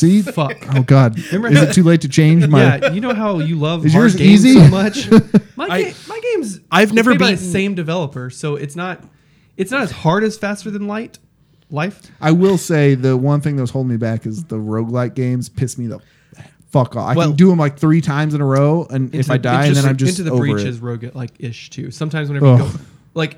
Speaker 2: See?
Speaker 3: fuck.
Speaker 2: Oh God, is
Speaker 3: Remember-
Speaker 2: it too late to change my?
Speaker 3: Yeah, you know how you love
Speaker 2: Is
Speaker 3: hard
Speaker 2: yours
Speaker 3: games
Speaker 2: easy?
Speaker 3: so much. My,
Speaker 1: I-
Speaker 3: ga- my game's
Speaker 1: I've
Speaker 3: it's
Speaker 1: never
Speaker 3: made by the
Speaker 1: beaten-
Speaker 3: same developer, so it's not it's not as hard as Faster Than Light, life.
Speaker 2: I will say the one thing that was holding me back is the roguelike games piss me the fuck off. I
Speaker 3: Well-
Speaker 2: can do them like three times in a row, and if
Speaker 3: Into
Speaker 2: I
Speaker 3: the-
Speaker 2: die, and then I'm just
Speaker 3: into the
Speaker 2: over
Speaker 3: breach
Speaker 2: it.
Speaker 3: is rogue like ish too. Sometimes whenever you go,
Speaker 2: Ugh.
Speaker 3: like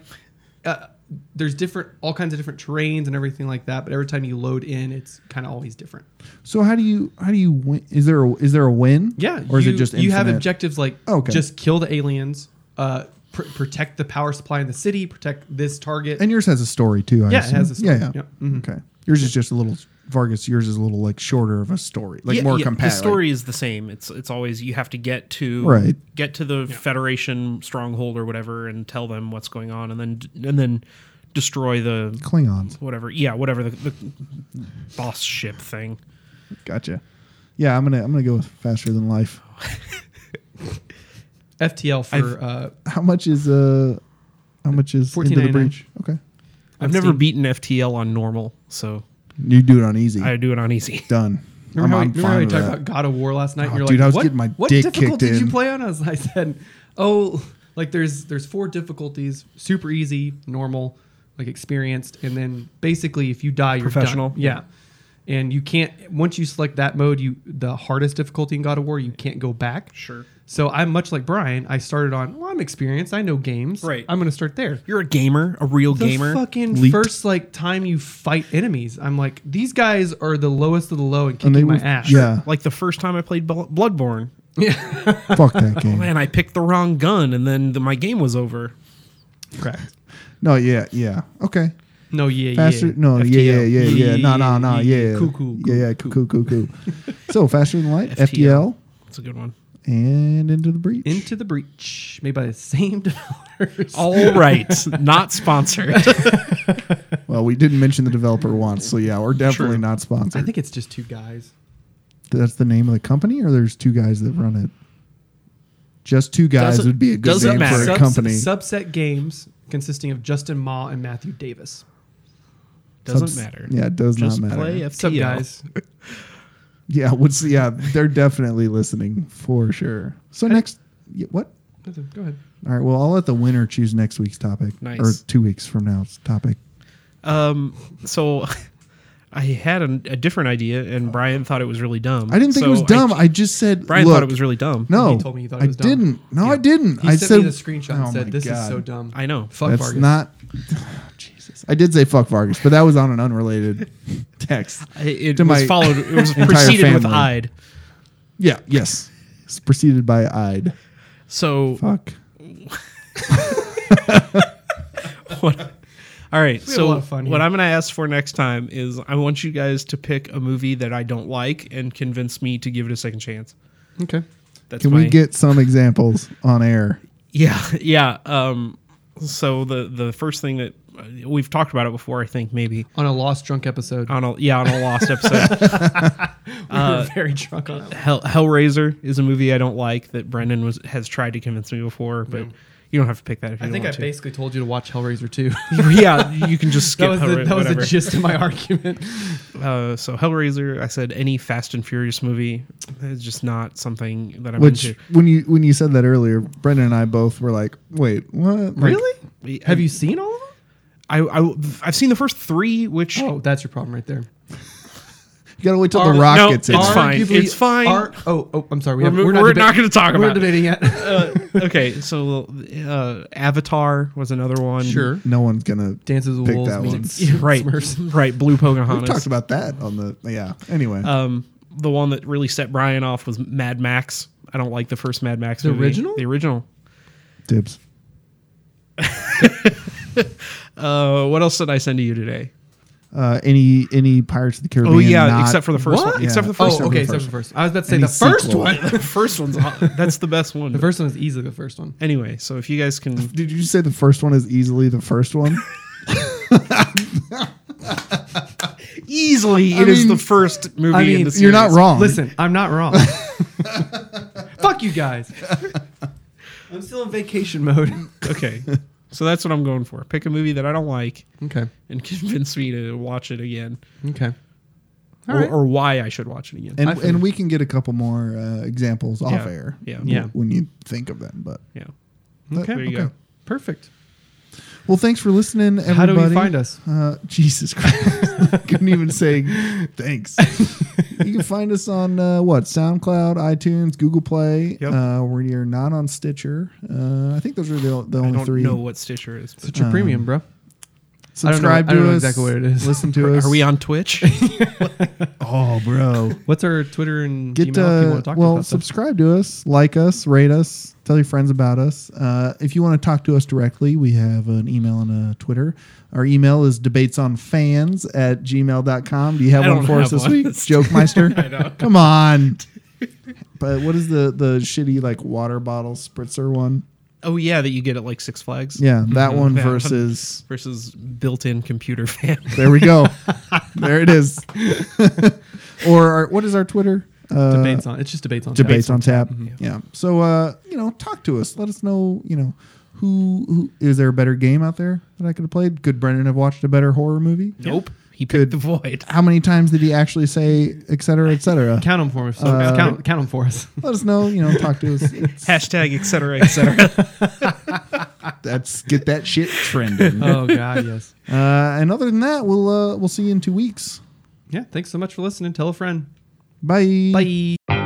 Speaker 3: uh, there's different all kinds of different terrains and everything like that. But every time you load in, it's kind of always different.
Speaker 2: so how do you how do you win? Is there a, is there a win?
Speaker 3: Yeah,
Speaker 2: or is
Speaker 3: you,
Speaker 2: it just
Speaker 3: you have
Speaker 2: infinite? Oh,
Speaker 3: objectives like
Speaker 2: Okay.
Speaker 3: just kill the aliens, uh, pr- protect the power supply in the city, protect this target.
Speaker 2: And yours has a story too. I
Speaker 3: Yeah, it
Speaker 2: assume.
Speaker 3: has a story.
Speaker 2: Yeah, yeah.
Speaker 3: Yeah, mhm.
Speaker 2: Okay, yours is just a little Vargas. Yours is a little like shorter of a story, like
Speaker 1: Yeah,
Speaker 2: more
Speaker 1: yeah,
Speaker 2: compact.
Speaker 1: The story is the same. It's it's always you have to get to
Speaker 2: Right.
Speaker 1: get to the Federation stronghold or whatever, and tell them what's going on, and then and then destroy the
Speaker 2: like Klingons.
Speaker 1: whatever. Yeah, whatever the, the boss ship thing.
Speaker 2: Gotcha. Yeah, I'm gonna I'm gonna go with faster than life.
Speaker 3: FTL for
Speaker 1: I've-
Speaker 3: uh,
Speaker 2: How much is uh how much is into the
Speaker 3: $14.99.
Speaker 2: breach? Okay.
Speaker 1: I've
Speaker 3: on
Speaker 1: never
Speaker 3: Steam.
Speaker 1: beaten FTL on normal, so
Speaker 2: You do it on easy.
Speaker 1: I do it on easy.
Speaker 2: Done.
Speaker 3: Remember how,
Speaker 2: I'm,
Speaker 3: we-
Speaker 2: I'm
Speaker 3: remember how we
Speaker 2: fine with
Speaker 3: talked
Speaker 2: that.
Speaker 3: about God of War last night?
Speaker 2: Oh,
Speaker 3: and you're
Speaker 2: dude,
Speaker 3: like,
Speaker 2: I was
Speaker 3: what,
Speaker 2: getting my
Speaker 3: what
Speaker 2: dick
Speaker 3: difficult
Speaker 2: kicked
Speaker 3: did you
Speaker 2: in."
Speaker 3: play on? I was I said, oh, like there's there's four difficulties: super easy, normal, like experienced, and then basically if you die, you're done.
Speaker 1: Professional.
Speaker 3: Yeah, and you can't once you select that mode, you the hardest difficulty in God of War, you can't go back.
Speaker 1: Sure.
Speaker 3: So I'm much like Brian. I started on. Well, I'm experienced. I know games.
Speaker 1: Right.
Speaker 3: I'm gonna start there
Speaker 1: You're a gamer, a real
Speaker 3: the
Speaker 1: gamer.
Speaker 3: fucking
Speaker 2: leaped.
Speaker 3: first like time you fight enemies, I'm like, these guys are the lowest of the low and kicking
Speaker 2: And they
Speaker 3: my
Speaker 2: were-
Speaker 3: ass.
Speaker 2: Yeah.
Speaker 1: Like the first time I played Bl- Bloodborne,
Speaker 2: Fuck that game.
Speaker 1: man, I picked the wrong gun, and then the, my game was over.
Speaker 3: correct.
Speaker 2: No, yeah, yeah. Okay.
Speaker 3: No, yeah,
Speaker 2: Faster
Speaker 3: yeah.
Speaker 2: no, yeah, yeah, yeah, yeah, No, no, no,
Speaker 3: yeah,
Speaker 2: yeah.
Speaker 3: cool, cool,
Speaker 2: Yeah, yeah, cool, cool, cool, cool. so faster than light, FTL,
Speaker 1: FTL. It's a good one.
Speaker 2: and into the breach.
Speaker 3: Into the breach, made by the same developers.
Speaker 1: All right, not sponsored.
Speaker 2: well, we didn't mention the developer once, so yeah, we're definitely
Speaker 1: True.
Speaker 2: not
Speaker 3: I
Speaker 2: sponsored.
Speaker 3: think it's just two guys.
Speaker 2: That's the name of the company, or there's two guys that run it. Just two guys
Speaker 1: Doesn't-
Speaker 2: would be a good
Speaker 1: doesn't
Speaker 2: name
Speaker 1: matter.
Speaker 2: for a
Speaker 3: Subs-
Speaker 2: company.
Speaker 3: Subset games consisting of Justin Ma and Matthew Davis.
Speaker 1: Doesn't
Speaker 2: Subs-
Speaker 1: matter.
Speaker 2: Yeah, it does
Speaker 1: Just
Speaker 2: not matter.
Speaker 1: play FTL.
Speaker 3: What's up, guys?
Speaker 2: Yeah, what's yeah? They're definitely listening for sure. So next, y- what?
Speaker 3: Nothing, Go ahead.
Speaker 2: All right. Well, I'll let the winner choose next week's topic,
Speaker 1: Nice.
Speaker 2: or two weeks from now's topic.
Speaker 1: Um, so I had an, a different idea, and Brian thought it was really dumb.
Speaker 2: I didn't think
Speaker 1: So
Speaker 2: it was dumb.
Speaker 1: I,
Speaker 2: I, just said
Speaker 1: Brian
Speaker 2: look,
Speaker 1: thought it was really dumb.
Speaker 2: No,
Speaker 3: He told me he thought it
Speaker 2: I
Speaker 3: was dumb.
Speaker 2: didn't. No, I didn't.
Speaker 3: He
Speaker 2: I
Speaker 3: sent
Speaker 2: said
Speaker 3: me the screenshot and
Speaker 2: Oh my
Speaker 3: said, "This is
Speaker 2: God.
Speaker 3: so dumb."
Speaker 1: I know.
Speaker 3: Fuck
Speaker 2: That's
Speaker 3: Vargas.
Speaker 2: not. Jesus, I did say fuck Vargas, but that was on an unrelated text.
Speaker 1: I- It,
Speaker 2: To
Speaker 1: was
Speaker 2: my
Speaker 1: followed. It was
Speaker 2: entire
Speaker 1: preceded with
Speaker 2: family.
Speaker 1: "I'd."
Speaker 2: Yeah. Yes. It's preceded by I'd.
Speaker 1: So
Speaker 2: Fuck.
Speaker 1: what? All right.
Speaker 3: We had
Speaker 1: so
Speaker 3: a lot of fun
Speaker 1: what
Speaker 3: here.
Speaker 1: I'm going to ask for next time is I want you guys to pick a movie that I don't like and convince me to give it a second chance.
Speaker 3: okay.
Speaker 1: That's
Speaker 2: Can
Speaker 1: my,
Speaker 2: we get some examples on air?
Speaker 1: Yeah, yeah. Um, so the the first thing that uh, we've talked about it before, I think maybe
Speaker 3: On a lost drunk episode,
Speaker 1: on a yeah on a lost episode.
Speaker 3: we were very drunk on that. one.
Speaker 1: Hell, Hellraiser is a movie I don't like that Brendan was has tried to convince me before, but you don't have to pick that if you
Speaker 3: I
Speaker 1: don't
Speaker 3: think I
Speaker 1: want to.
Speaker 3: basically told you to watch Hellraiser 2.
Speaker 1: yeah, you can just skip.
Speaker 3: that was, the,
Speaker 1: Hellra-
Speaker 3: that was the
Speaker 1: whatever.
Speaker 3: gist of my argument.
Speaker 1: Uh, so Hellraiser, I said any Fast and Furious movie is just not something that I'm
Speaker 2: Which
Speaker 1: into.
Speaker 2: when you when you said that earlier, Brendan and I both were like, "Wait, what? Like,
Speaker 3: Have you seen all of them?
Speaker 1: I, I have seen the first three, which
Speaker 3: Oh, that's your problem right there.
Speaker 2: You gotta wait till
Speaker 3: Are-
Speaker 2: the
Speaker 3: no,
Speaker 2: rock
Speaker 1: no,
Speaker 2: gets in.
Speaker 1: it's
Speaker 3: Arguably-
Speaker 1: fine. It's fine.
Speaker 3: are- oh, oh, I'm sorry. We have,
Speaker 1: We're-
Speaker 3: we're,
Speaker 1: we're
Speaker 3: deba-
Speaker 1: not gonna talk
Speaker 3: we're
Speaker 1: about it.
Speaker 3: debating it.
Speaker 1: uh, okay. So uh, Avatar was another one.
Speaker 3: sure.
Speaker 2: No one's gonna
Speaker 3: Dances with
Speaker 2: pick
Speaker 3: Wolves.
Speaker 2: that one.
Speaker 3: meets
Speaker 1: Right.
Speaker 3: Smurfs.
Speaker 1: Right. Blue
Speaker 2: We've talked
Speaker 1: Pocahontas.
Speaker 2: about that on the yeah. Anyway,
Speaker 1: um, the one that really set Brian off was Mad Max. I don't like the first Mad Max.
Speaker 3: The
Speaker 1: movie.
Speaker 3: original?
Speaker 1: The original.
Speaker 2: dibs.
Speaker 1: Uh, what else did I send to you today?
Speaker 2: Uh, any any Pirates of the Caribbean?
Speaker 1: Oh yeah,
Speaker 2: not-
Speaker 1: except for the first
Speaker 3: What?
Speaker 1: one. Except for the
Speaker 3: Oh,
Speaker 1: first one.
Speaker 3: okay.
Speaker 2: first
Speaker 3: Except for first. I was about to say
Speaker 2: Any
Speaker 3: the first
Speaker 2: sequel.
Speaker 3: one.
Speaker 1: The first one's that's the best one.
Speaker 3: The first one is easily the first one.
Speaker 1: anyway, so if you guys can
Speaker 2: Did you say the first one is easily the first one?
Speaker 1: Easily,
Speaker 2: I
Speaker 1: it is
Speaker 2: mean-
Speaker 1: the first movie
Speaker 3: I
Speaker 1: in
Speaker 3: mean,
Speaker 1: the series.
Speaker 2: you're not wrong.
Speaker 3: Listen, I'm not wrong. Fuck you guys. I'm still in vacation mode.
Speaker 1: Okay, so that's what I'm going for. Pick a movie that I don't like
Speaker 3: Okay.
Speaker 1: and convince me to watch it again,
Speaker 3: Okay.
Speaker 1: or, or why I should watch it again.
Speaker 2: and
Speaker 3: I figured.
Speaker 2: and we can get a couple more uh, examples off
Speaker 1: yeah.
Speaker 2: air.
Speaker 1: Yeah,
Speaker 3: Yeah.
Speaker 2: when you think of them, but
Speaker 1: yeah.
Speaker 2: but-
Speaker 1: There you go.
Speaker 3: Perfect.
Speaker 2: Well, thanks for listening, everybody.
Speaker 3: How do we find us?
Speaker 2: Uh, Jesus Christ. I couldn't even say thanks. you can find us on uh, what? SoundCloud, iTunes, Google Play.
Speaker 3: Yep.
Speaker 2: Uh, we are not on Stitcher. Uh, I think those are the, the
Speaker 1: I
Speaker 2: only
Speaker 1: don't
Speaker 2: three.
Speaker 1: know what Stitcher is. but-
Speaker 3: Such a
Speaker 2: um,
Speaker 3: premium, bro. I don't know-
Speaker 2: Subscribe
Speaker 3: I don't
Speaker 2: to
Speaker 3: know
Speaker 2: us.
Speaker 3: exactly what it is.
Speaker 2: Listen to us.
Speaker 1: Are we on Twitch?
Speaker 2: Oh, bro.
Speaker 3: What's our Twitter and
Speaker 2: Get
Speaker 3: Gmail? if you want
Speaker 2: uh,
Speaker 3: to talk
Speaker 2: well,
Speaker 3: about stuff?
Speaker 2: subscribe to us, like us, rate us, tell your friends about us. Uh, if you want to talk to us directly, we have an email and a Twitter. Our email is debatesonfans at gmail.com. Do you have
Speaker 1: I
Speaker 2: one
Speaker 1: don't
Speaker 2: for us
Speaker 1: have
Speaker 2: this
Speaker 1: one.
Speaker 2: week? Jokemeister? Come on. But what is the, the shitty like water bottle spritzer one?
Speaker 1: oh yeah, that you get at like Six Flags.
Speaker 2: Yeah, that one
Speaker 1: Mm-hmm. that one.
Speaker 2: versus.
Speaker 1: Versus built-in computer fan.
Speaker 2: There we go. there it is. or our, what is our Twitter? Uh,
Speaker 3: debates on. It's just debates on.
Speaker 2: debates
Speaker 3: tap.
Speaker 2: on tap. Yeah. So uh, you know, talk to us. Let us know. You know, who, who is there a better game out there that I could have played? Could Brendan have watched a better horror movie?
Speaker 1: nope. He picked
Speaker 2: Good.
Speaker 1: the void.
Speaker 2: How many times did he actually say, et cetera, et cetera?
Speaker 3: Count them for us. count, count 'em for us.
Speaker 2: Let us know. You know, talk to us. It's-
Speaker 1: Hashtag et cetera, et cetera.
Speaker 2: That's get that shit trending. Uh,
Speaker 3: oh God, yes.
Speaker 2: and other than that, we'll uh, we'll see you in two weeks.
Speaker 3: Mm. Yeah. Thanks so much for listening. Tell a friend.
Speaker 2: Bye.
Speaker 3: Bye.